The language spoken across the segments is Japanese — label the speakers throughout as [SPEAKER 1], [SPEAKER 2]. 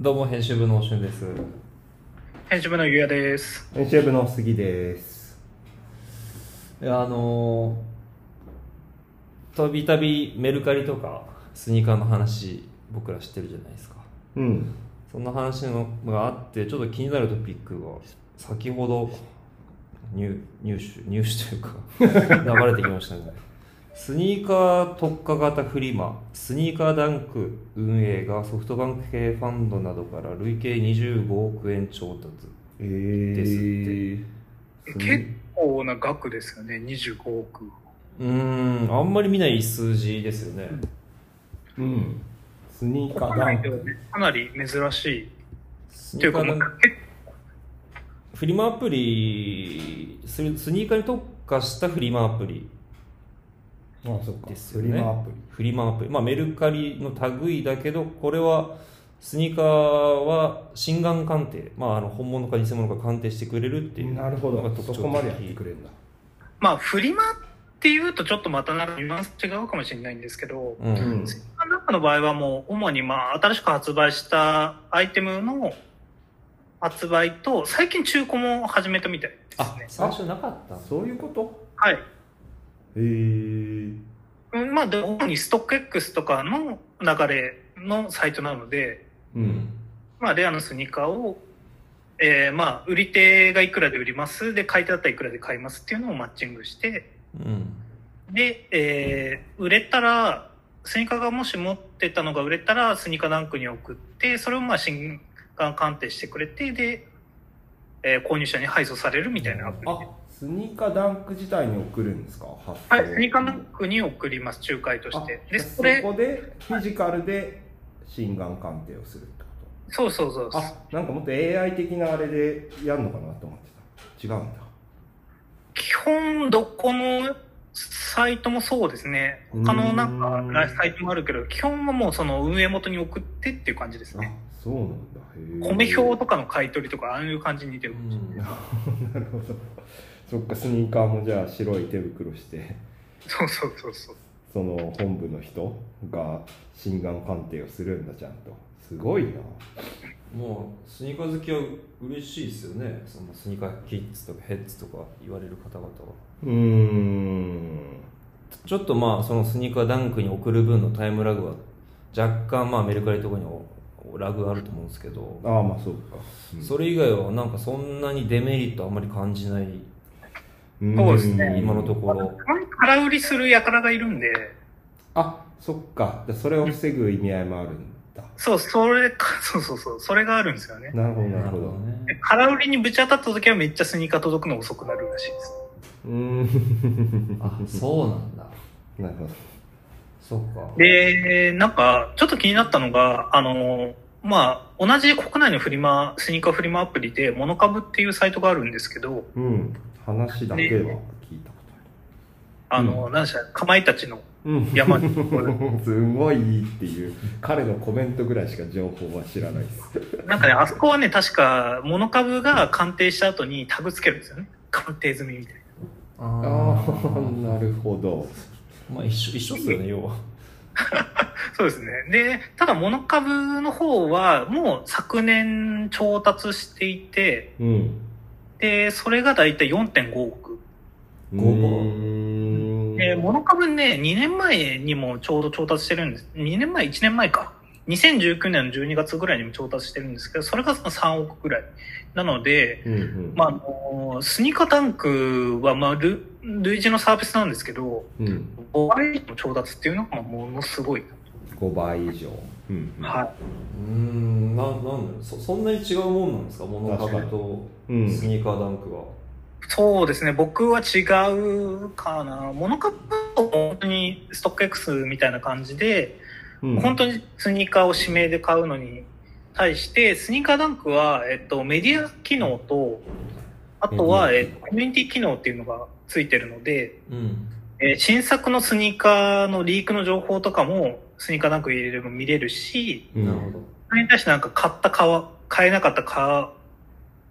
[SPEAKER 1] どうも編集部のおしゅんです
[SPEAKER 2] 編集部のゆうやです。
[SPEAKER 3] 編集部の杉です。
[SPEAKER 1] いやあのーたびたびメルカリとかスニーカーの話僕ら知ってるじゃないですか
[SPEAKER 3] うん。
[SPEAKER 1] そんな話のがあってちょっと気になるトピックが先ほど入入手入手というか 流れてきましたねスニーカー特化型フリマスニーカーダンク運営がソフトバンク系ファンドなどから累計25億円調達
[SPEAKER 3] え
[SPEAKER 1] です
[SPEAKER 3] ー、
[SPEAKER 2] 結構な額ですよね、25億。
[SPEAKER 1] うーんあんまり見ない数字ですよね、
[SPEAKER 3] うん。スニーカー
[SPEAKER 2] 国
[SPEAKER 3] ダ
[SPEAKER 2] 内
[SPEAKER 3] ン
[SPEAKER 2] では
[SPEAKER 3] ク。
[SPEAKER 2] ねかなり珍し
[SPEAKER 1] ス
[SPEAKER 2] い。
[SPEAKER 1] ニ
[SPEAKER 2] と
[SPEAKER 1] ー
[SPEAKER 2] いう
[SPEAKER 1] カ
[SPEAKER 2] か、
[SPEAKER 1] ー
[SPEAKER 2] ま
[SPEAKER 1] な
[SPEAKER 2] あ
[SPEAKER 1] ん
[SPEAKER 2] 結
[SPEAKER 1] かフリマアプリススニーカーに特化したフリマアプリ
[SPEAKER 3] ああ、そっか。
[SPEAKER 1] です
[SPEAKER 3] フ
[SPEAKER 1] よ
[SPEAKER 3] リ
[SPEAKER 1] ね
[SPEAKER 3] マアプリ。
[SPEAKER 1] フリマアプリまあメルカリの類だけどこれはスニーカーは心眼鑑定、まあ、あの本物か偽物か鑑定してくれるっていう
[SPEAKER 3] なるほ
[SPEAKER 1] のが
[SPEAKER 3] ど。
[SPEAKER 1] 特徴的
[SPEAKER 3] そこまでやってくれるんだ。
[SPEAKER 2] まあ、フリマっていうと、ちょっとまたなんかニュアンス違うかもしれないんですけど、
[SPEAKER 1] うん
[SPEAKER 3] うん。
[SPEAKER 2] なんかの場合はもう、主にまあ、新しく発売したアイテムの発売と、最近中古も始めたみたいです
[SPEAKER 1] あ
[SPEAKER 2] ね。
[SPEAKER 1] 最初なかったんだ
[SPEAKER 3] そういうこと
[SPEAKER 2] はい。
[SPEAKER 3] えー、
[SPEAKER 2] うんまあ、でも主にストック X とかの流れのサイトなので、
[SPEAKER 3] うん。
[SPEAKER 2] まあ、レアのスニーカーを、えーまあ、売り手がいくらで売ります、で、買い手だったらいくらで買いますっていうのをマッチングして、
[SPEAKER 1] うん
[SPEAKER 2] で、えー売れたら、スニーカーがもし持ってたのが売れたら、スニーカーダンクに送って、それをまあ、新眼鑑定してくれて、で、えー購入者に配送されるみたいなアプリ
[SPEAKER 3] あ、スニーカーダンク自体に送るんですか発送
[SPEAKER 2] で。はい、スニーカーダンクに送ります、仲介として。
[SPEAKER 3] あ
[SPEAKER 2] で、
[SPEAKER 3] そ
[SPEAKER 2] そ
[SPEAKER 3] こ
[SPEAKER 2] れ、
[SPEAKER 3] でフィジカルで心眼鑑定をするってこ
[SPEAKER 2] そうそうそう
[SPEAKER 3] と。あ、なんかもっと AI 的なあれでやるのかなと思ってた。違うんだ。
[SPEAKER 2] 基本どこのサイトもそうですね。他のなん
[SPEAKER 3] うー
[SPEAKER 2] か
[SPEAKER 3] ん
[SPEAKER 2] サイトもあるけど、基本はもうその運営元に送ってっていう感じです
[SPEAKER 3] あ
[SPEAKER 2] ね。、
[SPEAKER 3] そうなんだ。へー
[SPEAKER 2] 米表とかの買い取りとか、ああいう感じに似て
[SPEAKER 1] う
[SPEAKER 2] る。
[SPEAKER 1] ん
[SPEAKER 3] なるほどそっかスニーカーもじゃあ白い手袋して
[SPEAKER 2] そうそうそうそう。
[SPEAKER 3] その本部の人が心眼鑑定をするんだちゃんとすごいな
[SPEAKER 1] もうスニーカー好きは嬉しいですよねそのスニーカーキッズとかヘッズとか言われる方々は
[SPEAKER 3] うーん
[SPEAKER 1] ちょっとまあそのスニーカーダンクに送る分のタイムラグは若干まあメルカリとかにもラグがあると思うんですけど
[SPEAKER 3] ああまあそうか、うん
[SPEAKER 1] それ以外はなんかそんなにデメリットあんまり感じない
[SPEAKER 2] そうですね
[SPEAKER 3] ーん
[SPEAKER 1] 今のところ
[SPEAKER 2] たまに空売りする輩がいるんで、
[SPEAKER 3] あそっかじゃあそれを防ぐ意味合いもあるんだ
[SPEAKER 2] そう、それか、そうそうそう、それがあるんですよね。
[SPEAKER 3] なるほどなるほど
[SPEAKER 2] で
[SPEAKER 1] ね
[SPEAKER 2] 空売りにぶち当たった時はめっちゃスニーカー届くの遅くなるらしいです。
[SPEAKER 3] うーん
[SPEAKER 1] あそうなんだ
[SPEAKER 3] なるほど
[SPEAKER 1] そっか
[SPEAKER 2] で、なんか、ちょっと気になったのが、あの、まあ、同じ国内のフリマ、スニーカーフリマアプリで、モノカブっていうサイトがあるんですけど、
[SPEAKER 3] うん話だけは聞いたこと
[SPEAKER 2] あの、なんでしたかまいたちの、
[SPEAKER 3] あるうん
[SPEAKER 2] 山に
[SPEAKER 3] すごいいいっていう彼のコメントぐらいしか情報は知らないです
[SPEAKER 2] なんかね、あそこはね、確か、モノカブが鑑定した後にタグつけるんですよね。鑑定済みみたいな。
[SPEAKER 1] あ
[SPEAKER 3] あ
[SPEAKER 1] ー
[SPEAKER 3] あなるほど
[SPEAKER 1] まあ一緒一緒っすよね要は
[SPEAKER 2] そうですね。で、ただ、モノカブの方は、もう昨年調達していて、
[SPEAKER 3] うん
[SPEAKER 2] で、それがだいたい4.5億。
[SPEAKER 1] 午後
[SPEAKER 3] うん
[SPEAKER 2] えー、モノ株ね、2年前にもちょうど調達してるんです。2年前、1年前か。2019年の12月ぐらいにも調達してるんですけど、それがその3億ぐらい。なので、
[SPEAKER 3] うんうん
[SPEAKER 2] まあ、あのースニーカータンクは、まあ、ル類似のサービスなんですけど、
[SPEAKER 3] うん、
[SPEAKER 2] 5倍の調達っていうのがものすごい。
[SPEAKER 3] 5倍以上、うんうん
[SPEAKER 2] は
[SPEAKER 1] うーんななんだろうそそんなに違うもんなんですかモノカブと
[SPEAKER 3] うん
[SPEAKER 1] スニーカーダンクは、
[SPEAKER 2] い。そうですね、僕は違うかな。モノ株は本当にストック X みたいな感じで、
[SPEAKER 3] うん、
[SPEAKER 2] 本当にスニーカーを指名で買うのに対して、スニーカーダンクは、えっと、メディア機能と、あとは、
[SPEAKER 3] メ
[SPEAKER 2] え
[SPEAKER 3] ディ
[SPEAKER 2] っと、コミュニティ機能っていうのがついてるので、
[SPEAKER 1] うん
[SPEAKER 2] えー新作のスニーカーのリークの情報とかも、スニーカーダンク入れれば見れるし、
[SPEAKER 3] うん
[SPEAKER 1] なるほど
[SPEAKER 2] それに対してなんか買った買わ、買えなかった買っ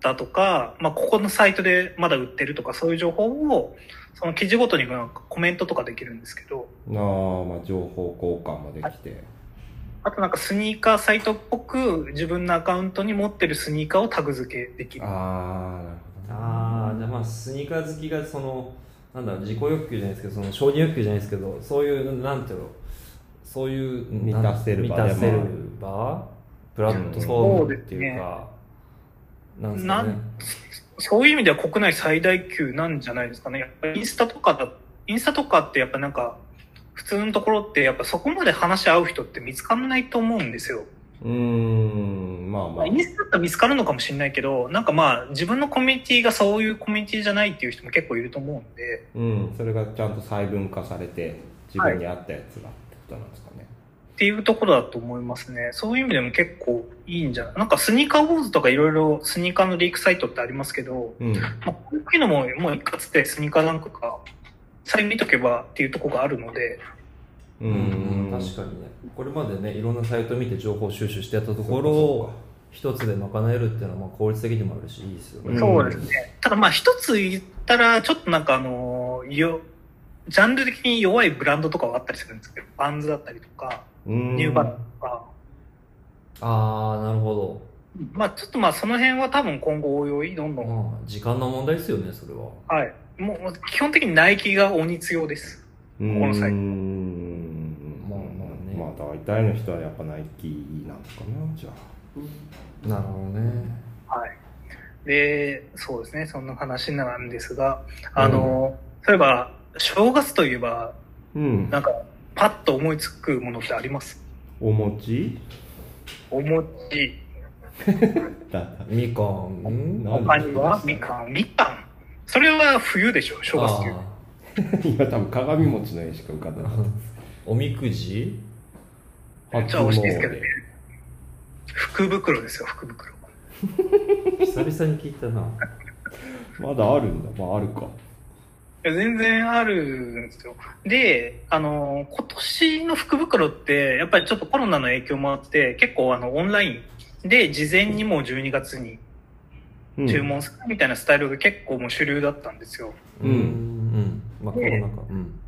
[SPEAKER 2] たとか、まあ、ここのサイトでまだ売ってるとか、そういう情報を、その記事ごとになんかコメントとかできるんですけど、
[SPEAKER 3] あーまあ情報交換もできて、
[SPEAKER 2] あとなんかスニーカーサイトっぽく自分のアカウントに持ってるスニーカーをタグ付けできる。
[SPEAKER 3] ああなるほど
[SPEAKER 1] ああじゃあまあスニーカー好きがそのなんだろう自己欲求じゃないですけどその承認欲求じゃないですけどそういうなんていうのそういう
[SPEAKER 3] 満たせる場
[SPEAKER 1] 場満たせる場プラットフォームっていうか、なんです
[SPEAKER 2] な
[SPEAKER 1] かね
[SPEAKER 2] んそういう意味では国内最大級なんじゃないですかね。やっぱインスタとかだ、インスタとかってやっぱなんか、普通のところってやっぱそこまで話し合う人って見つからないと思うんですよ。
[SPEAKER 3] うーんまあまあ
[SPEAKER 2] インスタだったら見つかるのかもしれないけど、なんかまあ自分のコミュニティがそういうコミュニティじゃないっていう人も結構いると思うんで、
[SPEAKER 3] うんそれがちゃんと細分化されて自分に合ったやつがってことなんですかね、
[SPEAKER 2] っていうところだと思いますね。そういう意味でも結構いいんじゃないなんかスニーカーウォーズとかいろいろスニーカーのリークサイトってありますけど、
[SPEAKER 3] うん
[SPEAKER 2] まあ、こういうのももう一括でスニーカーなんかか、さえ見とけばっていうところがあるので、
[SPEAKER 1] うん確かにねこれまでねいろんなサイト見て情報収集してやったところ
[SPEAKER 3] そう
[SPEAKER 1] を
[SPEAKER 3] か
[SPEAKER 1] 一つで賄えるっていうのはまあ効率的でもあるしいいですよね、
[SPEAKER 3] ん
[SPEAKER 2] そうですね。ただまあ一つ言ったら、ちょっとなんかあの、よ、ジャンル的に弱いブランドとかはあったりするんですけど、バンズだったりとか、
[SPEAKER 3] うん
[SPEAKER 2] ニューバランスとか、
[SPEAKER 1] ああなるほ
[SPEAKER 2] まあちょっとまあその辺は多分今後おいおいどんど
[SPEAKER 1] ど、
[SPEAKER 2] ん、
[SPEAKER 1] まあ、時間の問題ですよねそれは
[SPEAKER 2] はい。もう基本的にナイキが鬼強です。この際
[SPEAKER 3] うーん
[SPEAKER 1] ま
[SPEAKER 3] ま
[SPEAKER 1] あ
[SPEAKER 3] あ
[SPEAKER 1] ま
[SPEAKER 3] ま
[SPEAKER 1] あ
[SPEAKER 3] あ
[SPEAKER 1] ね
[SPEAKER 3] ねまあ大体の人はやっぱナイキなのかなじゃあ
[SPEAKER 1] なるほどね
[SPEAKER 2] で、そうですね、そんな話なんですが、あの、そういえば、正月といえば、
[SPEAKER 3] うん
[SPEAKER 2] なんか、パッと思いつくものってあります
[SPEAKER 3] お餅
[SPEAKER 2] お餅、
[SPEAKER 3] だった
[SPEAKER 1] みかん
[SPEAKER 3] な
[SPEAKER 2] 他にはみかん、みかん。それは冬でしょ、正月という
[SPEAKER 1] あー
[SPEAKER 3] 今多分鏡餅の絵しか浮かんでなかっ
[SPEAKER 1] おみくじ
[SPEAKER 3] た
[SPEAKER 2] じゃあ惜しいですけどね福袋ですよ、福袋。
[SPEAKER 1] 久々に聞いたな
[SPEAKER 3] まだあるんだまああるか
[SPEAKER 2] いや全然あるんですよ。で、あの、今年の福袋って、やっぱりちょっとコロナの影響もあって、結構あの、オンラインで事前にもう12月に
[SPEAKER 3] うん
[SPEAKER 2] 注文するみたいなスタイルが結構もう主流だったんですよ。
[SPEAKER 3] うん
[SPEAKER 1] うんまあコロナ禍うん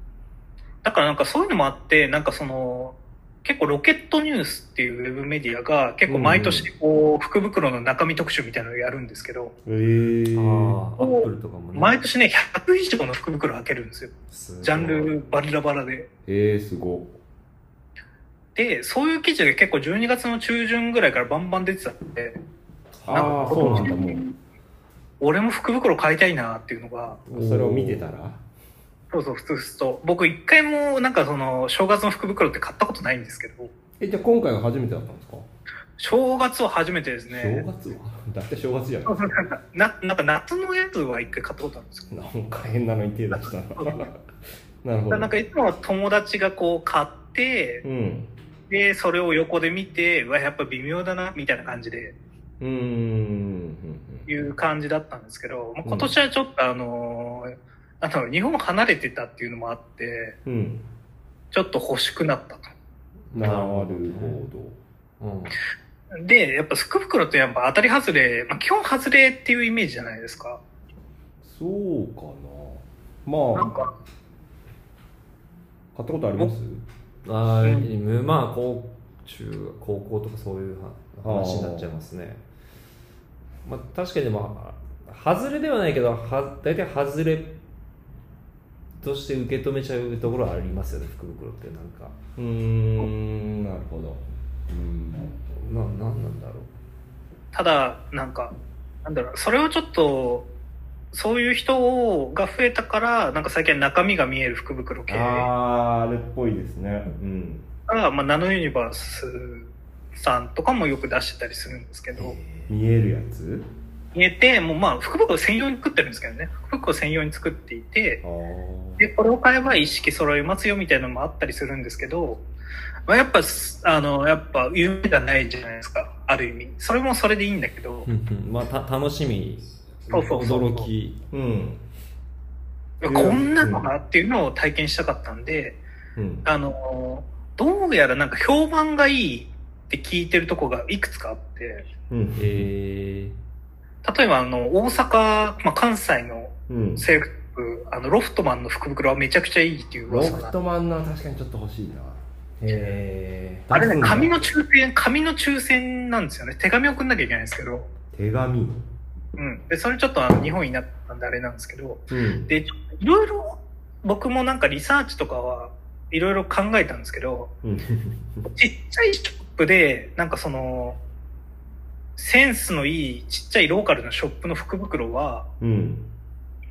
[SPEAKER 2] だからなんかそういうのもあって、なんかその、結構ロケットニュースっていうウェブメディアが結構毎年こう、福袋の中身特集みたいなのをやるんですけど、
[SPEAKER 3] えー、
[SPEAKER 1] ああアップルとかもね
[SPEAKER 2] 毎年ね、100以上の福袋開けるんですよ。
[SPEAKER 1] すごい
[SPEAKER 2] ジャンルバラバラで。
[SPEAKER 3] えー、すご
[SPEAKER 2] で、そういう記事が結構12月の中旬ぐらいからバンバン出てたんで、
[SPEAKER 3] ああそうなんだも
[SPEAKER 2] 俺も福袋買いたいなっていうのが、
[SPEAKER 3] うそれを見てたら
[SPEAKER 2] そうそう、ふつふつと。僕一回もなんかその、正月の福袋って買ったことないんですけど、
[SPEAKER 3] えじゃあ今回が初めてだったんですか、
[SPEAKER 2] 正月は初めてですね。
[SPEAKER 3] 正月は だって正月じゃない
[SPEAKER 2] ななんか夏のやつは一回買ったことあるんですよ。
[SPEAKER 3] なんか変なのに手出 したななるほ
[SPEAKER 2] だ
[SPEAKER 3] ど
[SPEAKER 2] からなんかいつもは友達がこう買って
[SPEAKER 3] う、ん
[SPEAKER 2] で、それを横で見て、うわ、やっぱ微妙だな、みたいな感じで、
[SPEAKER 3] うーん
[SPEAKER 2] いう感じだったんですけど、まあ今年はちょっとあのーあの、日本離れてたっていうのもあって、
[SPEAKER 3] うんうん
[SPEAKER 2] ちょっと欲しくなったと。
[SPEAKER 3] なるほ
[SPEAKER 1] うん
[SPEAKER 2] で、やっぱ福袋ってやっぱ当たり外れ、まあ、基本外れっていうイメージじゃないですか。
[SPEAKER 3] どそうかな
[SPEAKER 2] な
[SPEAKER 3] まあ
[SPEAKER 2] んか、
[SPEAKER 3] 買ったことあります
[SPEAKER 1] あ
[SPEAKER 2] う
[SPEAKER 1] ーうんまあ高中高校とかそういうは話になっちゃいますねまあ確かにでもは外れではないけどは大体外れとして受け止めちゃうところはありますよね福袋ってなんか
[SPEAKER 3] うーんなるほどうん
[SPEAKER 1] ななんなん だろ
[SPEAKER 2] ただ、なんか、なんだろう、それをちょっと、そういう人をが増えたから、なんか最近は中身が見える福袋系が、
[SPEAKER 3] あーあれっぽいですねうん
[SPEAKER 2] まあ、ナノユニバースさんとかもよく出してたりするんですけど、
[SPEAKER 3] 見えるやつ
[SPEAKER 2] 見えて、もうまあ、福袋専用に作ってるんですけどね、福袋専用に作っていて、
[SPEAKER 3] あ
[SPEAKER 2] で、これを買えば一式揃いますよみたいなのもあったりするんですけど、まあ、やっぱす、あの、やっぱ、夢がないじゃないですか。ある意味。それもそれでいいんだけど、
[SPEAKER 1] う、まあた楽しみ
[SPEAKER 2] そうそうそう
[SPEAKER 1] 驚き
[SPEAKER 3] あうんうん
[SPEAKER 2] こんなのがっていうのを体験したかったんで、
[SPEAKER 3] うん
[SPEAKER 2] あの、どうやらなんか評判がいいって聞いてるとこがいくつかあって、
[SPEAKER 3] うん
[SPEAKER 1] え
[SPEAKER 2] 例えばあの、大阪、まあ、関西の
[SPEAKER 3] うん
[SPEAKER 2] 制服、あの、ロフトマンの福袋はめちゃくちゃいいっていう
[SPEAKER 3] ロ
[SPEAKER 2] 噂
[SPEAKER 3] フ
[SPEAKER 2] が。
[SPEAKER 3] トマンな確かにちょっと欲しいな
[SPEAKER 1] え
[SPEAKER 2] あれね、
[SPEAKER 3] 出すんだ
[SPEAKER 2] 紙の抽選、紙の抽選なんですよね。手紙送んなきゃいけないんですけど。
[SPEAKER 3] 手紙
[SPEAKER 2] うん。で、それちょっとあの日本になったんであれなんですけど。
[SPEAKER 1] ー、うん。
[SPEAKER 2] で、ちょいろいろ、僕もなんかリサーチとかはいろいろ考えたんですけど、
[SPEAKER 3] うん
[SPEAKER 2] ちっちゃいショップで、なんかその、センスのいいちっちゃいローカルのショップの福袋は、
[SPEAKER 3] うん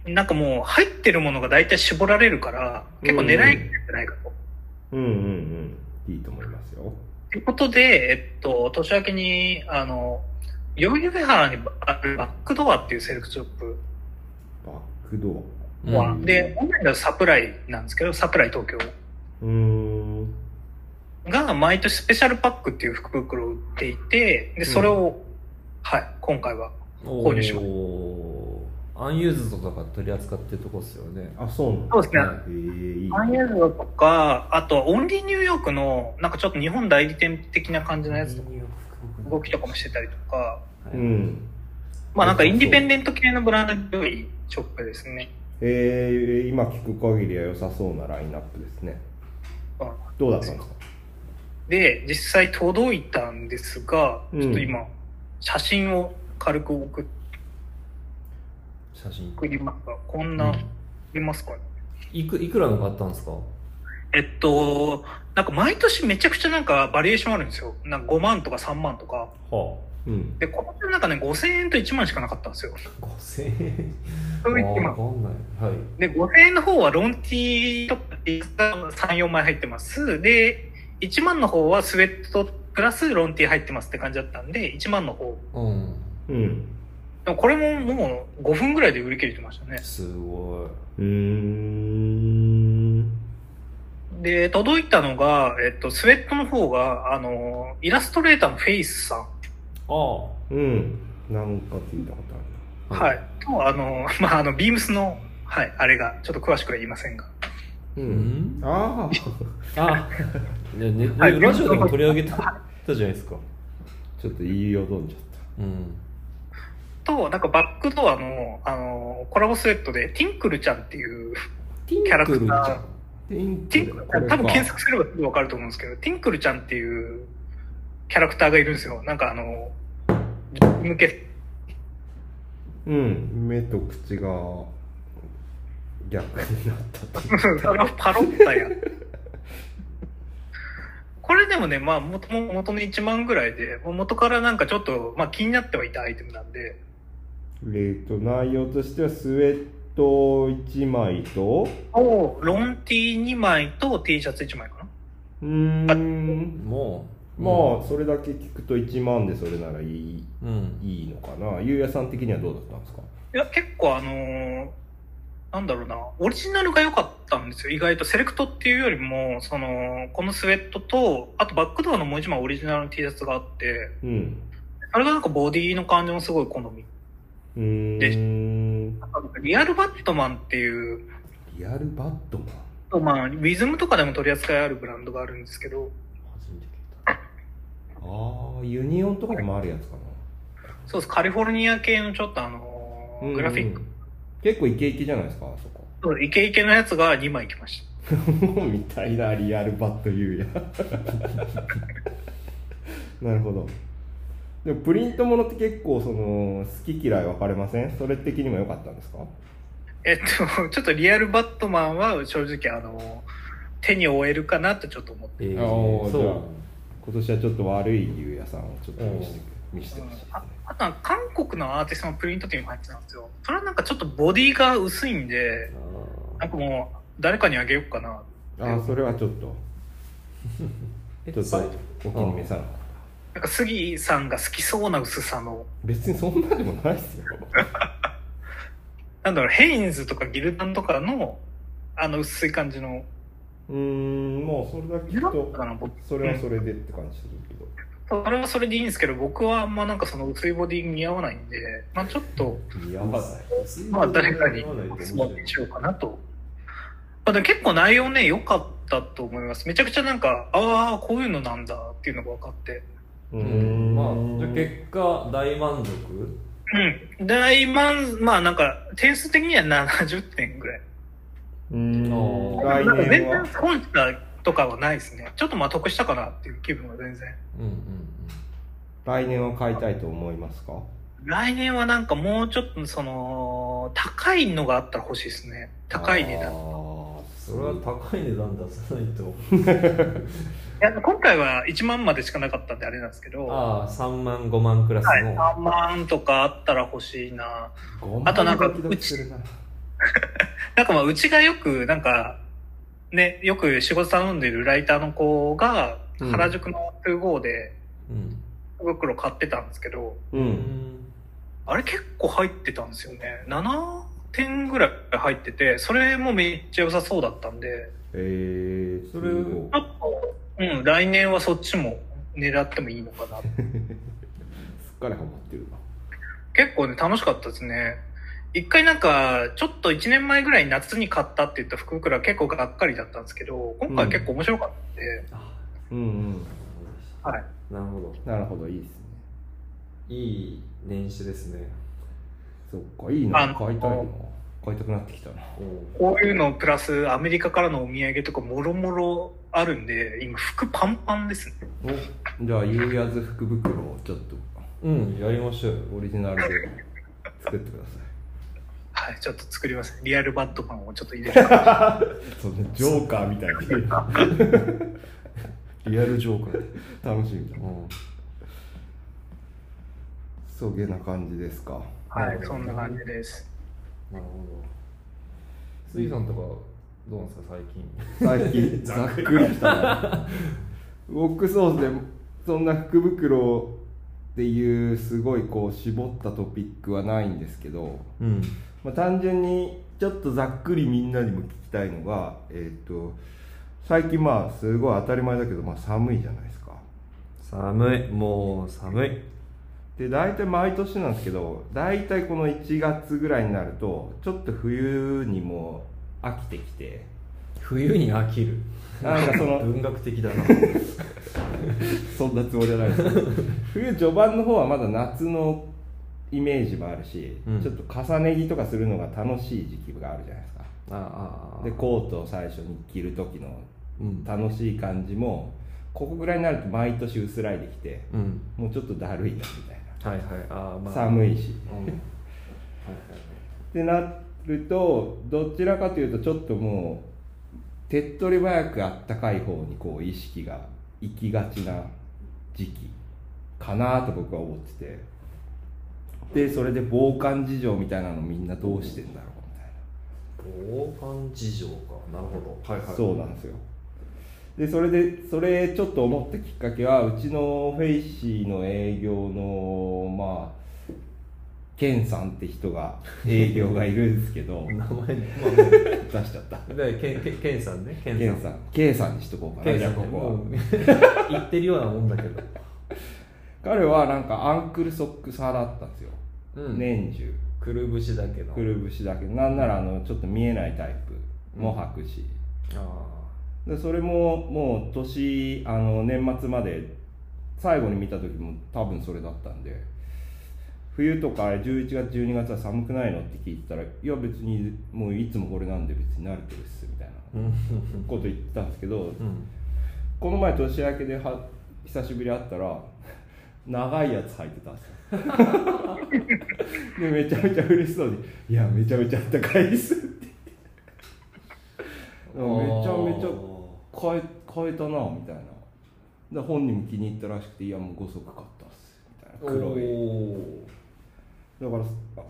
[SPEAKER 2] なんかもう入ってるものが大体絞られるから、結構狙えるんじゃないかと。
[SPEAKER 3] うんうんうんいいと思いますよ
[SPEAKER 2] ということで、えっと、年明けに、あの、代々木上原にあるバックドアっていうセレクトショップ
[SPEAKER 3] バックド
[SPEAKER 2] は、
[SPEAKER 1] うん
[SPEAKER 2] で、オンラインだとサプライなんですけど、サプライ東京
[SPEAKER 3] アうーん
[SPEAKER 2] が毎年スペシャルパックっていう福袋を売っていて、で、それを、はい、今回は。購入します
[SPEAKER 1] おーアンユーズドとか取り扱ってるとこっすよね。
[SPEAKER 3] あそうなん
[SPEAKER 2] そうですね
[SPEAKER 3] へえいい
[SPEAKER 2] アンヤルとか、あと、オンリーニューヨークの、なんかちょっと日本代理店的な感じのやつとか、動きとかもしてたりとか、
[SPEAKER 1] は
[SPEAKER 3] う
[SPEAKER 1] い
[SPEAKER 3] ん
[SPEAKER 2] まあなんかインディペンデント系のブランドが多いショップですね。
[SPEAKER 3] えー、今聞く限りは良さそうなラインナップですね
[SPEAKER 2] あ
[SPEAKER 3] どうだったんですか
[SPEAKER 2] で、実際届いたんですが、
[SPEAKER 3] うん
[SPEAKER 2] ちょっと今、写真を軽く送
[SPEAKER 1] 写真。
[SPEAKER 2] りますが、こんな、ありますかね
[SPEAKER 1] いく、いくらの買ったんですか
[SPEAKER 2] えっと、なんか毎年めちゃくちゃなんかバリエーションあるんですよ。なんか5万とか3万とか。
[SPEAKER 1] は
[SPEAKER 3] うん
[SPEAKER 2] で、この年なんかね、5000円と1万しかなかったんですよ。
[SPEAKER 1] あ、5000円。
[SPEAKER 2] そういう今
[SPEAKER 1] わかんない。はい。
[SPEAKER 2] で、5000円の方はロンティーとかが3、4枚入ってます。で、1万の方はスウェットプラスロンティー入ってますって感じだったんで、1万の方。
[SPEAKER 1] うん。
[SPEAKER 3] うん
[SPEAKER 2] でもこれももう5分ぐらいで売り切れてましたね。
[SPEAKER 1] すごい。
[SPEAKER 3] うーん
[SPEAKER 2] で、届いたのが、えっと、スウェットの方が、あの、イラストレーターのフェイスさん。
[SPEAKER 1] あ
[SPEAKER 3] うんなんか聞いたことあ
[SPEAKER 1] あ。
[SPEAKER 2] は
[SPEAKER 3] る
[SPEAKER 2] い。。と、あの、 まあ、あの、ビームスの、はい、あれが、ちょっと詳しくは言いませんが。
[SPEAKER 3] なう
[SPEAKER 1] うんん。
[SPEAKER 3] ああ
[SPEAKER 1] あ、ねね
[SPEAKER 2] はい
[SPEAKER 1] ラジオでも取り上げたたじゃないですか。
[SPEAKER 3] ちょっと言いよどんじゃっ
[SPEAKER 1] うん。
[SPEAKER 2] と、なんかバックドアの、あの、コラボスウェットで、ティンクルちゃんっていう、
[SPEAKER 1] キ
[SPEAKER 2] キャラクター
[SPEAKER 3] たイン
[SPEAKER 2] ティンクルちゃん、多分検索すればすぐわかると思うんですけど、ティンクルちゃんっていうキャラクターがいるんですよ。なんかあの、向け、
[SPEAKER 3] うん目と口が逆になったという
[SPEAKER 2] パロッタや。これでもね、まあ元も、元の1万ぐらいで、もう元からなんかちょっと、まあ気になってはいたアイテムなんで、
[SPEAKER 3] えっと内容としてはスウェット1枚と
[SPEAKER 2] ロンティー2枚と T シャツ1枚かな。
[SPEAKER 3] うーん
[SPEAKER 1] もう。
[SPEAKER 3] まあそれだけ聞くと1万でそれならいい
[SPEAKER 1] あ。うん。
[SPEAKER 3] いいのかなゆうやさん的にはどうだったんですか
[SPEAKER 2] いや、結構あのーなんだろうな、オリジナルが良かったんですよ。意外とセレクトっていうよりも、その、このスウェットと、あとバックドアのもう一枚オリジナルの T シャツがあって、
[SPEAKER 3] うん
[SPEAKER 2] あれがなんかボディの感じもすごい好み。
[SPEAKER 3] うーん
[SPEAKER 2] リアルバットマンっていう、
[SPEAKER 3] リアルバットマン
[SPEAKER 2] まあ、ウィズムとかでも取り扱いあるブランドがあるんですけど、
[SPEAKER 1] 初めて聞い
[SPEAKER 3] ああユニオンとかでもあるやつか
[SPEAKER 2] そうです、カリフォルニア系のちょっとあの
[SPEAKER 3] な
[SPEAKER 2] ーグラフィッ
[SPEAKER 3] う
[SPEAKER 2] ク
[SPEAKER 3] ん、結構イケイケじゃないですかあそこ
[SPEAKER 2] そうイケイケのやつが2枚来ました。
[SPEAKER 3] みたいなリアルバットゆうや なるほどでもプリントものって結構その好き嫌い分かれませんそれ的にも良かったんですか
[SPEAKER 2] えっと、 ちょっとリアルバットマンは正直あの、手に負えるかなとちょっと思って。
[SPEAKER 1] た。え
[SPEAKER 3] ああ
[SPEAKER 1] そ
[SPEAKER 3] じゃあ
[SPEAKER 1] う。
[SPEAKER 3] 今年はちょっと悪いゆうやさんをちょっと見せて見せてほしいですね
[SPEAKER 2] あとは韓国のアーティストのプリントっていうのも入ってたんですよ。それはなんかちょっとボディが薄いんで、
[SPEAKER 1] あ
[SPEAKER 2] な
[SPEAKER 1] ー
[SPEAKER 2] んかもう誰かにあげようかな。
[SPEAKER 3] ああそれはちょっと
[SPEAKER 1] え
[SPEAKER 3] ちょっ
[SPEAKER 1] そう
[SPEAKER 3] とお気に召さなかっ
[SPEAKER 2] な
[SPEAKER 3] た
[SPEAKER 2] んか杉さんが好きそうな薄さの、
[SPEAKER 3] 別にそんなでもないっすよ
[SPEAKER 2] なんだろう、ヘインズとかギルタンとかの、あの薄い感じの、
[SPEAKER 3] うーんもうそれだけ聞くと
[SPEAKER 2] だから僕、
[SPEAKER 3] それはそれでって感じするけど
[SPEAKER 2] それはそれでいいんですけど、僕はあんまなんかその薄いボディに似合わないんで、まあちょっと、
[SPEAKER 3] 似合わない
[SPEAKER 2] まあ誰かに質問しようかなと。まあ、でも結構内容ね、良かったと思います。めちゃくちゃなんか、ああ、こういうのなんだっていうのが分かって。
[SPEAKER 3] う
[SPEAKER 1] うんまあ、じゃあ
[SPEAKER 3] 結
[SPEAKER 1] 結果、大満足
[SPEAKER 2] うん。大満、まあなんか、点数的には70点ぐらい。
[SPEAKER 3] うん
[SPEAKER 1] あー
[SPEAKER 3] 来
[SPEAKER 2] なんか全
[SPEAKER 3] 年
[SPEAKER 2] 然
[SPEAKER 3] は
[SPEAKER 2] 損したとかはないですね。ちょっとまあ得したかなっていう気分は全然。
[SPEAKER 1] うんうん
[SPEAKER 3] 来年は買いたいと思いますか
[SPEAKER 2] 来年はなんかもうちょっとその、高いのがあったら欲しいですね。高い値
[SPEAKER 3] あ
[SPEAKER 2] 段。い
[SPEAKER 3] ー
[SPEAKER 1] それは高い値段出さないと
[SPEAKER 2] や今回は1万までしかなかったんであれなんですけど、
[SPEAKER 1] ああ3万5万クラス
[SPEAKER 2] はい、
[SPEAKER 1] の、
[SPEAKER 2] 3万とかあったら欲しいな。
[SPEAKER 3] ごめ
[SPEAKER 2] あとなんか
[SPEAKER 3] ドキドキするな
[SPEAKER 2] なんかまあうちがよくなんか、ね、よく仕事頼んでるライターの子が、
[SPEAKER 1] うん
[SPEAKER 2] 原宿の25で
[SPEAKER 1] うん
[SPEAKER 2] 手袋買ってたんですけど、
[SPEAKER 3] う
[SPEAKER 1] うんん
[SPEAKER 2] あれ結構入ってたんですよね。7点ぐらい入ってて、それもめっちゃ良さそうだったんで、
[SPEAKER 3] えー、
[SPEAKER 1] それ
[SPEAKER 3] すごい
[SPEAKER 2] ちょっと、うん、来年はそっちも狙ってもいいのかな。
[SPEAKER 3] すっかりハマってるな
[SPEAKER 2] 結構ね、楽しかったですね。一回なんか、ちょっと1年前ぐらいに夏に買ったって言った福袋は結構がっかりだったんですけど、今回結構面白かったんで、
[SPEAKER 1] あ
[SPEAKER 3] うんうん
[SPEAKER 1] あ
[SPEAKER 2] はい
[SPEAKER 1] なるほど
[SPEAKER 3] なるほどいいですね
[SPEAKER 1] いい年始ですね
[SPEAKER 3] そっかいい
[SPEAKER 2] あ
[SPEAKER 3] な
[SPEAKER 2] の
[SPEAKER 3] 買いたいな買いたくなってきたな
[SPEAKER 1] おう
[SPEAKER 2] こういうのプラスアメリカからのお土産とかもろもろあるんで、今服パンパンですね。
[SPEAKER 3] おじゃあゆうやず福袋をちょっと
[SPEAKER 1] うんやりましょうよ
[SPEAKER 3] オリジナルで作ってください
[SPEAKER 2] はい、ちょっと作ります。リアルバットマンをちょっと入れて。
[SPEAKER 3] そのジョーカーみたいな リアルジョーカー楽しみだ
[SPEAKER 1] うん
[SPEAKER 3] そげな感じですか
[SPEAKER 2] はい、そんな感じです。
[SPEAKER 1] なるほど杉さんとかどうなんですか最近
[SPEAKER 3] 最近 ざっくりしたなウォックソースでそんな福袋っていうすごいこう絞ったトピックはないんですけど、
[SPEAKER 1] うん
[SPEAKER 3] まあ、単純にちょっとざっくりみんなにも聞きたいのがえっ、と最近まあすごい当たり前だけど、まあ、寒いじゃないですか
[SPEAKER 1] 寒いもう寒い
[SPEAKER 3] で大体毎年なんですけど大体この1月ぐらいになるとちょっと冬にもう飽きてきて
[SPEAKER 1] 冬に飽きる
[SPEAKER 3] なんかその
[SPEAKER 1] 文学的 だな
[SPEAKER 3] そんなつもりじゃないです けど冬序盤の方はまだ夏のイメージもあるし、
[SPEAKER 1] うん
[SPEAKER 3] ちょっと重ね着とかするのが楽しい時期があるじゃないですか
[SPEAKER 1] ああああ
[SPEAKER 3] でコートを最初に着る時の
[SPEAKER 1] うん
[SPEAKER 3] 楽しい感じもここぐらいになると毎年薄らいできて
[SPEAKER 1] うん
[SPEAKER 3] もうちょっとだるいなみた
[SPEAKER 1] はい
[SPEAKER 3] い
[SPEAKER 1] はいああ
[SPEAKER 3] な、
[SPEAKER 1] まあ
[SPEAKER 3] 寒いし
[SPEAKER 1] うんはいはい
[SPEAKER 3] ってなるとどちらかというとちょっともう手っ取り早くあったかい方にこう意識が行きがちな時期かなと僕は思っててでそれで防寒事情みたいなのみんなどうしてんだろうみたいな
[SPEAKER 1] 防寒事情かなるほどはいはい
[SPEAKER 3] そうなんですよでそれでそれちょっと思ったきっかけはうちのフェイシーの営業のまあケンさんって人が営業がいるんです けど
[SPEAKER 1] 名前ま
[SPEAKER 3] 出しちゃった
[SPEAKER 1] あでケンケンケンさんねケン
[SPEAKER 3] ケ
[SPEAKER 1] さん
[SPEAKER 3] ンさん K さんにしとこうか
[SPEAKER 1] ケン
[SPEAKER 3] なじゃ
[SPEAKER 1] さ
[SPEAKER 3] あ
[SPEAKER 1] んね
[SPEAKER 3] ここは
[SPEAKER 1] もう言ってるようなもんだけど
[SPEAKER 3] 彼はなんかアンクルソックス派だったんですよ、
[SPEAKER 1] うん
[SPEAKER 3] 年中
[SPEAKER 1] くるぶしだけど
[SPEAKER 3] くるぶしだけなんならあのちょっと見えないタイプも履くし、
[SPEAKER 1] あ
[SPEAKER 3] でそれももう年あの年末まで最後に見た時も多分それだったんで冬とか11月12月は寒くないのって聞いたら「いや別にもういつもこれなんで別に慣れてるっす」みたいな
[SPEAKER 1] あうんうん
[SPEAKER 3] こと言ってたんですけど
[SPEAKER 1] うん
[SPEAKER 3] この前年明けでは久しぶり会ったら 長いやつ履いてたんですよ でめちゃめちゃ嬉しそうに「いやめちゃめちゃあったかいです」って言ってめちゃめちゃ変え変えたなみたいなで本人も気に入ったらしくて「いやもう5足買ったっす」みたいな黒い
[SPEAKER 1] おー
[SPEAKER 3] だから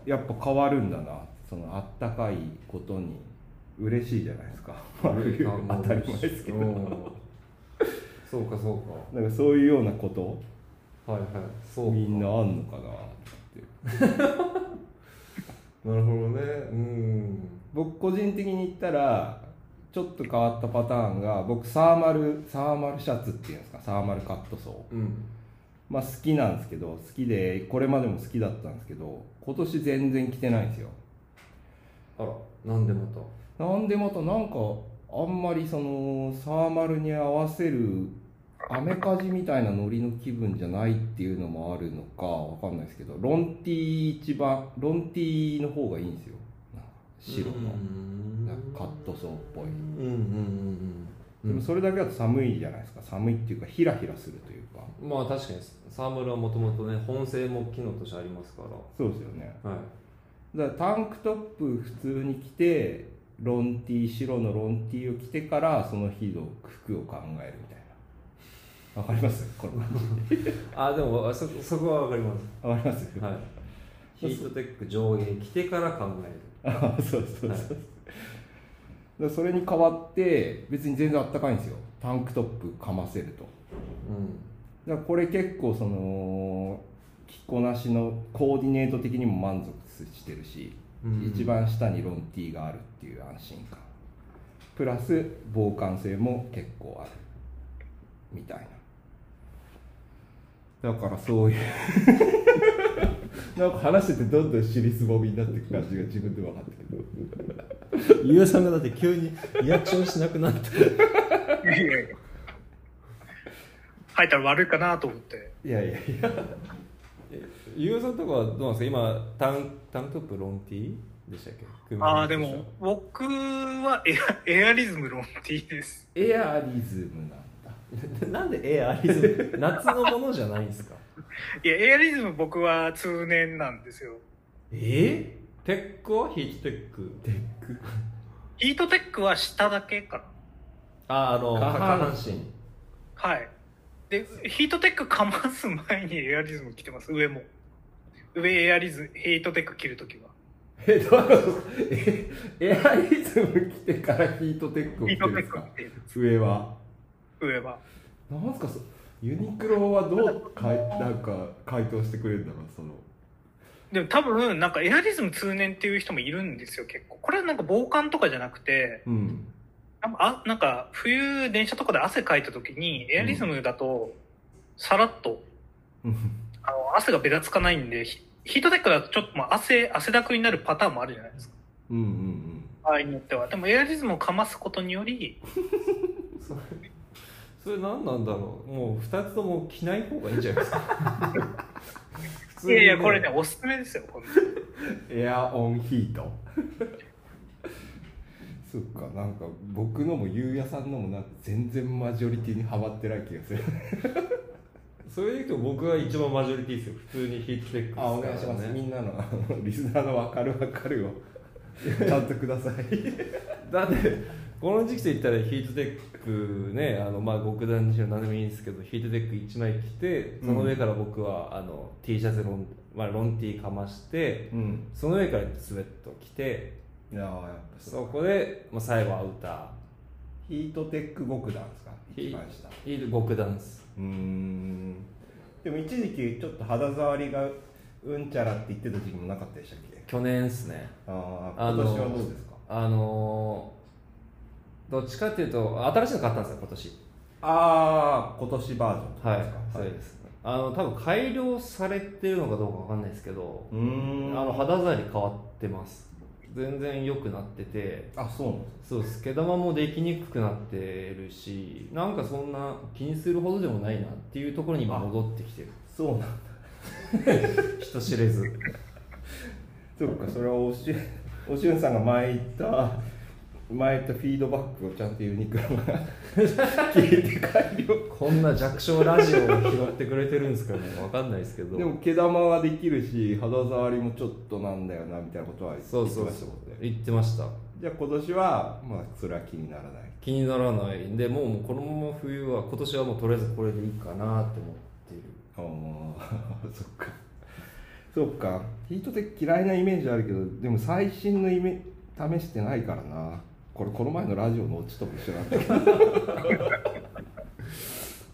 [SPEAKER 3] やっぱ変わるんだなそのあったかいことに嬉しいじゃないですか 当たり前ですけど
[SPEAKER 1] うんそうかそうか
[SPEAKER 3] なんかそういうようなこと
[SPEAKER 1] はいはいそう
[SPEAKER 3] みんなあんのかなって
[SPEAKER 1] なるほどねうん
[SPEAKER 3] 僕個人的に言ったらちょっと変わったパターンが僕サーマルサーマルシャツっていうんですかサーマルカットソー
[SPEAKER 1] うん
[SPEAKER 3] まあ好きなんですけど好きでこれまでも好きだったんですけど今年全然着てないんですよ
[SPEAKER 1] あらなんでまた
[SPEAKER 3] なんでまたなんかあんまりそのサーマルに合わせるアメカジみたいなノリの気分じゃないっていうのもあるのかわかんないですけどロンティ一番ロンティの方がいいんですよなんか白の
[SPEAKER 1] うん
[SPEAKER 3] なんかカットソーっぽい
[SPEAKER 1] うんうんうん
[SPEAKER 3] でもそれだけだと寒いじゃないですか寒いっていうかヒラヒラするというか
[SPEAKER 1] まあ確かに沢村はもともとね本性も機能としてありますから
[SPEAKER 3] そうですよね
[SPEAKER 1] はい
[SPEAKER 3] だからタンクトップ普通に着てロンティー白のロンティーを着てからその日の服を考えるみたいなわかりますこの感
[SPEAKER 1] あでもあそそこはわかります
[SPEAKER 3] じわかります
[SPEAKER 1] はいヒートテック上下着てから考える
[SPEAKER 3] あ そうそうそうそう、だからそれに変わって別に全然あったかいんですよタンクトップかませると
[SPEAKER 1] う
[SPEAKER 3] だからこれ結構その着こなしのコーディネート的にも満足してるし、
[SPEAKER 1] うん
[SPEAKER 3] 一番下にロンティーがあるっていう安心感プラス防寒性も結構あるみたいなだからそういう なんか話しててどんどん尻すぼみになっていく感じが自分で分かったけど
[SPEAKER 1] ん ゆうさんがだって急にリアクションしなくなって
[SPEAKER 2] いやいや入ったら悪いかなと思って。
[SPEAKER 3] いやいやいや
[SPEAKER 1] ゆうさんとかはどうなんですか今タンタンクトップロンティーでしたっけ組み合
[SPEAKER 2] ああ、
[SPEAKER 1] わせ
[SPEAKER 2] で
[SPEAKER 1] としては
[SPEAKER 2] も、僕はエアエアリズムロンティーです。
[SPEAKER 3] エアリズムなんだ
[SPEAKER 1] なんでエアリズム 夏のものじゃないんですか
[SPEAKER 2] いや、エアリズム僕は通年なんですよ。
[SPEAKER 1] えー、テックはヒートテックテック
[SPEAKER 2] ヒートテックは下だけかな。
[SPEAKER 1] ああの
[SPEAKER 3] 下
[SPEAKER 1] 下
[SPEAKER 3] 半
[SPEAKER 1] 半
[SPEAKER 3] 身
[SPEAKER 1] 身
[SPEAKER 2] はい。で、ヒートテックかます前にエアリズム着てます、上も。上エアリズム、ヒートテック着るときは。
[SPEAKER 3] えどういうこと えエアリズム着てからヒートテックを
[SPEAKER 2] ヒ
[SPEAKER 3] 着
[SPEAKER 2] ートテッ
[SPEAKER 3] てるんです
[SPEAKER 2] ク
[SPEAKER 3] か
[SPEAKER 2] 着てる、
[SPEAKER 3] 上は
[SPEAKER 2] 上は。
[SPEAKER 3] なんすかそユニクロはどうかいなんか回答してくれるんだろうその
[SPEAKER 2] でも多分、なんかエアリズム通年っていう人もいるんですよ、結構。これはなんか防寒とかじゃなくて、
[SPEAKER 3] うん
[SPEAKER 2] なんかあなんか冬電車とかで汗かいたときに、エアリズムだと、さらっと、あの汗がべたつかないんで、ヒヒートテックだとちょっとまあ汗、汗だくになるパターンもあるじゃないですか。
[SPEAKER 3] うんうん
[SPEAKER 2] 場合によっては。でもエアリズムをかますことにより、
[SPEAKER 1] それそれ何なんだろうもう2つとも着ない方がいいんじゃないですか普
[SPEAKER 2] いやいや、これね、おすすめですよ、この
[SPEAKER 3] うんエアオンヒート そっかなんか僕のもゆうやさんのもなんか全然マジョリティにハマってない気が する
[SPEAKER 1] それでいくと僕は一番マジョリティですよ普通にヒートテックですから、ね、
[SPEAKER 3] みんなのあ のリスナーのわかるわかるをちゃんとくだ さい
[SPEAKER 1] だってこの時期といったらヒートテックねあのまあ極端にしろ何でもいいんですけどヒートテック1枚着てその上から僕はあの T シャツロン,、まあ、ロン T かまして
[SPEAKER 3] うん
[SPEAKER 1] その上からスウェット着て
[SPEAKER 3] いやーやっぱそう
[SPEAKER 1] そこで、まあ、最後アウター
[SPEAKER 3] ヒートテック極段ですか
[SPEAKER 1] ヒ
[SPEAKER 3] 一番下
[SPEAKER 1] ヒート極ダンス
[SPEAKER 3] うーんでも一時期ちょっと肌触りがうんちゃらって言ってた時期もなかったでしたっけ
[SPEAKER 1] 去年っすね
[SPEAKER 3] ああ
[SPEAKER 1] あ
[SPEAKER 3] 今
[SPEAKER 1] の
[SPEAKER 3] 年はどうですか
[SPEAKER 1] あのーどっちかっていうと新しいの買ったんですよ今年
[SPEAKER 3] ああ今年バージョンってこと
[SPEAKER 1] はい
[SPEAKER 3] ですか
[SPEAKER 1] そうですあの多分改良されてるのかどうかわかんないですけど
[SPEAKER 3] うーん
[SPEAKER 1] あの肌触り変わってます全然良くなってて
[SPEAKER 3] あそうなんです
[SPEAKER 1] そうです毛玉もできにくくなってるしなんかそんな気にするほどでもないなっていうところに今戻ってきてる
[SPEAKER 3] そうなんだ
[SPEAKER 1] 人知れず
[SPEAKER 3] そっかそれはおしゅおしゅんさんが前言った前言ったフィードバックをちゃんとユニクロが 聞いて改良
[SPEAKER 1] こんな弱小ラジオを拾ってくれてるんですかねわかんないですけど
[SPEAKER 3] でも毛玉はできるし肌触りもちょっとなんだよなみたいなことは言って
[SPEAKER 1] そ
[SPEAKER 3] ま
[SPEAKER 1] う
[SPEAKER 3] した
[SPEAKER 1] そ
[SPEAKER 3] もん
[SPEAKER 1] う
[SPEAKER 3] ね
[SPEAKER 1] そう言ってました
[SPEAKER 3] じゃあ今年はまあそれは気にならない
[SPEAKER 1] 気にならないんでもうもうこのまま冬は今年はもうとりあえずこれでいいかなって思ってる
[SPEAKER 3] ああ そっかそっかヒートテック嫌いなイメージあるけどでも最新のイメ試してないからなこれこの前のラジオのオチとも一緒なんだけど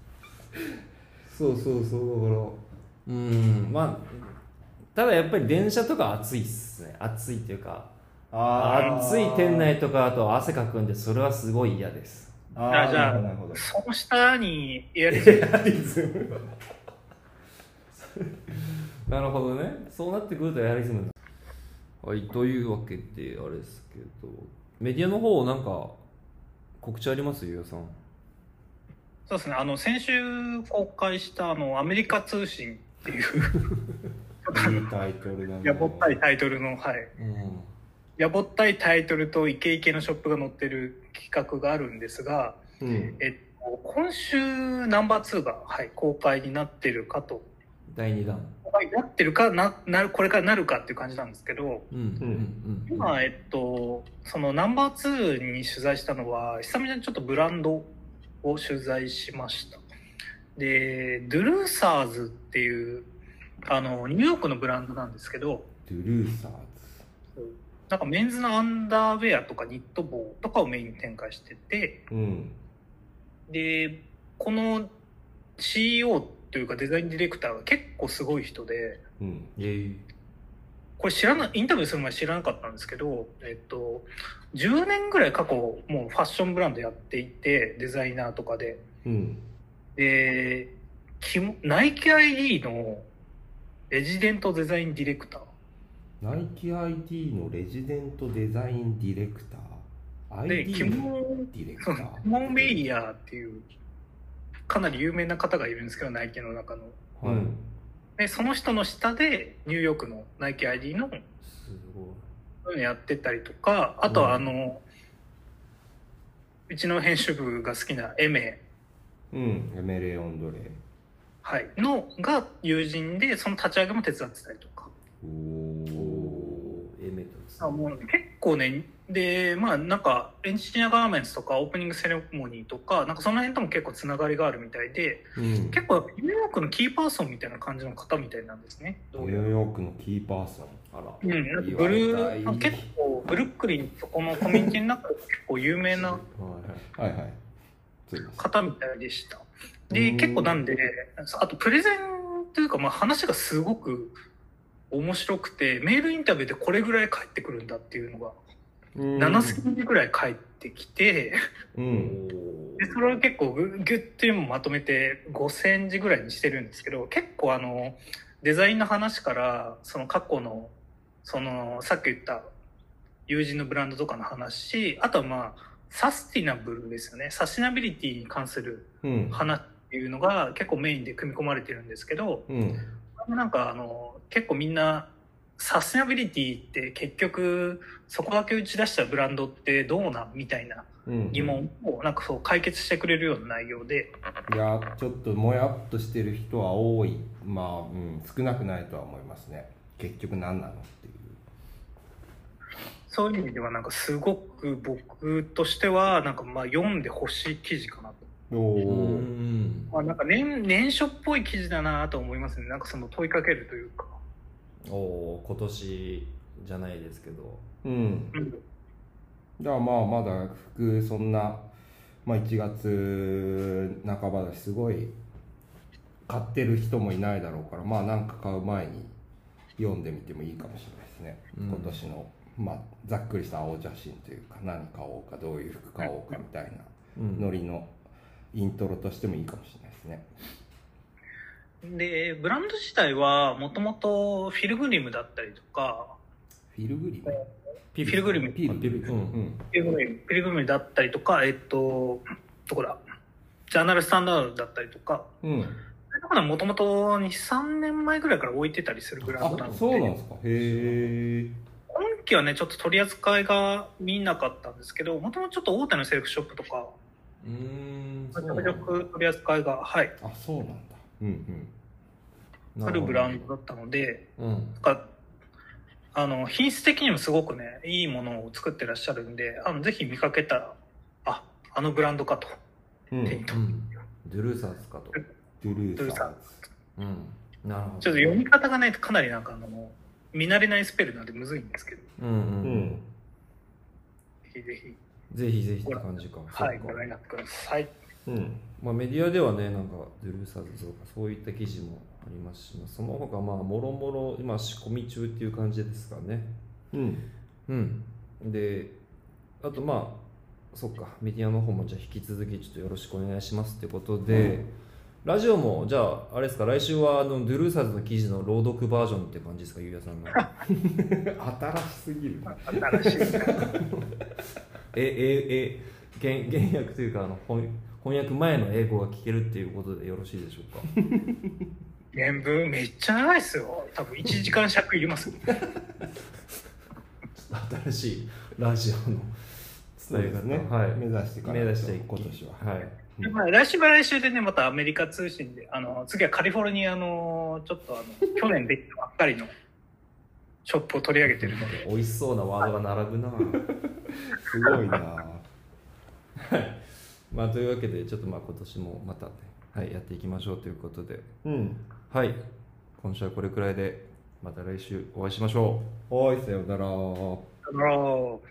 [SPEAKER 1] そうそうそうだからうんまあただやっぱり電車とか暑いっすね暑いっていうか
[SPEAKER 3] あー
[SPEAKER 1] 暑い店内とかあと汗かくんでそれはすごい嫌です
[SPEAKER 3] あ
[SPEAKER 2] あ
[SPEAKER 3] ー
[SPEAKER 2] じゃあ
[SPEAKER 3] なるほどなるほど
[SPEAKER 2] その下にエアリズ ム。
[SPEAKER 3] エアリズム
[SPEAKER 1] なるほどねそうなってくるとエアリズムはいというわけであれですけどメディアの方なんか告知ありますゆうやさん
[SPEAKER 2] そうですね、あの、先週公開した、あの、アメリカ通信っていう、
[SPEAKER 3] いいタイトルだね
[SPEAKER 2] やぼったいタイトルの、はい。
[SPEAKER 1] うん
[SPEAKER 2] やぼったいタイトルとイケイケのショップが載ってる企画があるんですが、
[SPEAKER 3] うん、
[SPEAKER 2] えっと、今週ナンバー2が、はい、公開になってるかと、
[SPEAKER 1] 第2弾
[SPEAKER 2] 公開になってるかな、なる、これからなるかっていう感じなんですけど、
[SPEAKER 1] うんうんうん
[SPEAKER 2] 今、えっと、そのナンバー2に取材したのは、久々にちょっとブランドを取材しました。で、ドゥルーサーズっていう、あの、ニューヨークのブランドなんですけど、
[SPEAKER 3] ドゥルーサー
[SPEAKER 2] なんかメンズのアンダーウェアとかニット帽とかをメインに展開してて、
[SPEAKER 3] ズうん
[SPEAKER 2] で、この CEO というかデザインディレクターが結構すごい人で、
[SPEAKER 3] うん
[SPEAKER 1] えー
[SPEAKER 2] これ知らない、インタビューする前知らなかったんですけど、えっと、10年ぐらい過去、もうファッションブランドやっていて、デザイナーとかで。
[SPEAKER 3] うん
[SPEAKER 2] で、きもナイキ ID のレジデントデザインディレクター。
[SPEAKER 3] ナイキ ID のレジデントデザインディレクター
[SPEAKER 2] で、
[SPEAKER 3] ID
[SPEAKER 2] キ
[SPEAKER 3] の
[SPEAKER 2] モ
[SPEAKER 3] ディレクタ
[SPEAKER 2] そう
[SPEAKER 3] ー
[SPEAKER 2] キモメイヤーっていう、かなり有名な方がいるんですけど、ナイキの中の。
[SPEAKER 1] はい、
[SPEAKER 3] うん
[SPEAKER 2] で、その人の下で、ニューヨークのナイキ ID の
[SPEAKER 1] すご
[SPEAKER 2] そういうのやってたりとか、あとはあの、うちの編集部が好きなエメ、
[SPEAKER 3] うんエメレオンドレ
[SPEAKER 2] はい、のが友人で、その立ち上げも手伝ってたりとか。
[SPEAKER 3] お
[SPEAKER 1] い
[SPEAKER 3] お
[SPEAKER 1] ーエメトス
[SPEAKER 2] あもう結構ね、で、まあなんか、エンジニアガーメンツとかオープニングセレモニーとか、なんかその辺とも結構つながりがあるみたいで、
[SPEAKER 3] うん
[SPEAKER 2] 結構ニューヨークのキーパーソンみたいな感じの方みたいなんですね。ど
[SPEAKER 3] ニ
[SPEAKER 2] う
[SPEAKER 3] ュ
[SPEAKER 2] やら
[SPEAKER 3] ーヨークのキーパーソン
[SPEAKER 1] あら
[SPEAKER 2] うん、なんかブルー、あ結構ブルックリンそこのコミュニティの中で結構有名な
[SPEAKER 1] はい
[SPEAKER 3] はいはいそうです
[SPEAKER 2] 方みたいでした。
[SPEAKER 3] う
[SPEAKER 2] で、
[SPEAKER 3] ん
[SPEAKER 2] 結構なんで、あとプレゼンというか、まあ話がすごく面白くて、メールインタビューでこれぐらい返ってくるんだっていうのが、7000字ぐらい返ってきて、
[SPEAKER 3] う
[SPEAKER 1] お
[SPEAKER 3] ん
[SPEAKER 1] ー
[SPEAKER 2] でそれを結構ぐぎゅってまとめて5000字ぐらいにしてるんですけど、結構あの、デザインの話から、その過去の、その、さっき言った友人のブランドとかの話、あとはまあ、サスティナブルですよね。サスティナビリティに関する
[SPEAKER 3] うん
[SPEAKER 2] 花っていうのが結構メインで組み込まれてるんですけど
[SPEAKER 3] うん
[SPEAKER 2] なんかあの結構みんなサステナビリティって結局そこだけ打ち出したブランドってどうなんみたいな
[SPEAKER 3] うん
[SPEAKER 2] 疑問をなんかそう解決してくれるような内容で
[SPEAKER 3] いやちょっともやっとしてる人は多いまあ、うん、少なくないとは思いますね結局何なのっていう
[SPEAKER 2] そういう意味ではなんかすごく僕としてはなんかまあ読んでほしい記事かなと。
[SPEAKER 3] お
[SPEAKER 1] う
[SPEAKER 3] お
[SPEAKER 1] ん
[SPEAKER 2] まあ、なんか年年初っぽい記事だなと思いますね。なんかその問いかけるというか。
[SPEAKER 1] おお今年じゃないですけど
[SPEAKER 3] うん
[SPEAKER 2] うん
[SPEAKER 3] じゃあまあまだ服そんな、まあ、1月半ばだしすごい買ってる人もいないだろうからまあなんか買う前に読んでみてもいいかもしれないですね、
[SPEAKER 1] うん
[SPEAKER 3] 今年の、まあ、ざっくりした青写真というか何買おうかどういう服買おうかみたいな
[SPEAKER 1] うん
[SPEAKER 3] ノリのイントロとしてもいいかもしれないですね
[SPEAKER 2] で、ブランド自体はもともとフィルグリムだったりとか、
[SPEAKER 3] フィルグリム
[SPEAKER 1] ピ
[SPEAKER 2] フィルグリム
[SPEAKER 1] ピルピルう
[SPEAKER 3] うんん
[SPEAKER 2] ピルグミ、ピルグミだったりとか、えっと、どこだ、ジャーナルスタンダードだったりとか、
[SPEAKER 3] うん、
[SPEAKER 2] だからもともと2、3年前ぐらいから置いてたりするブランドな
[SPEAKER 3] あ
[SPEAKER 2] の
[SPEAKER 3] そうな
[SPEAKER 2] で、
[SPEAKER 3] んですかへえ
[SPEAKER 2] 今期はね、ちょっと取り扱いが見なかったんですけど、もともとちょっと大手のセレクトショップとか、
[SPEAKER 1] うーん
[SPEAKER 2] ちょくちょく取り扱いが、はい、
[SPEAKER 3] あそうなんだうんうん
[SPEAKER 2] あるブランドだったので、
[SPEAKER 1] ドうん
[SPEAKER 2] なんかあの品質的にもすごくね、いいものを作ってらっしゃるんで、あのぜひ見かけたら、ああのブランドかと。
[SPEAKER 3] うん
[SPEAKER 2] 手に
[SPEAKER 1] う
[SPEAKER 2] 取って
[SPEAKER 1] んドゥルーサーズかと
[SPEAKER 3] ドゥルーサーズ
[SPEAKER 1] うんなるほど
[SPEAKER 2] ちょっと読み方がないとかなりなんかあの、見慣れないスペルなんでむずいんですけど、
[SPEAKER 1] うんうん
[SPEAKER 3] う、ん
[SPEAKER 2] ぜひぜひ、
[SPEAKER 1] ぜひぜひって感じか
[SPEAKER 2] はい、
[SPEAKER 1] そう
[SPEAKER 2] ご
[SPEAKER 1] か
[SPEAKER 2] 覧になってください。
[SPEAKER 3] うん
[SPEAKER 1] まあ、メディアではねなんかドゥルーサーズとかそういった記事もありますし、まあ、その他まあもろもろ今仕込み中っていう感じですかね
[SPEAKER 3] うん
[SPEAKER 1] うんであとまあそっかメディアの方もじゃあ引き続きちょっとよろしくお願いしますってことで、
[SPEAKER 3] うん
[SPEAKER 1] ラジオもじゃああれですか来週はあのドゥルーサーズの記事の朗読バージョンって感じですかゆうやさ んが
[SPEAKER 3] 新しすぎる
[SPEAKER 2] 新しい。
[SPEAKER 1] えええ原原訳というかあの翻翻訳前の英語が聞けるっていうことでよろしいでしょうか
[SPEAKER 2] 原文めっちゃ長いですよ。多分1時間尺いりますよ。
[SPEAKER 1] 新しいラジオの
[SPEAKER 3] そうですね、
[SPEAKER 1] はい
[SPEAKER 3] 目指していかな
[SPEAKER 1] 目
[SPEAKER 3] いと
[SPEAKER 1] 指していき
[SPEAKER 3] 今年は
[SPEAKER 1] はい
[SPEAKER 2] でまあ来週が来週でね、またアメリカ通信で、あの、次はカリフォルニアの、ちょっとあの、去年できたばっかりのショップを取り上げてるので、
[SPEAKER 1] 美味しそうなワードが並ぶな
[SPEAKER 3] すごいな
[SPEAKER 1] まあというわけでちょっとまあ今年もまたね、はい、やっていきましょうということで
[SPEAKER 3] うん
[SPEAKER 1] はい今週はこれくらいでまた来週お会いしましょう
[SPEAKER 3] おいさようなら
[SPEAKER 2] あの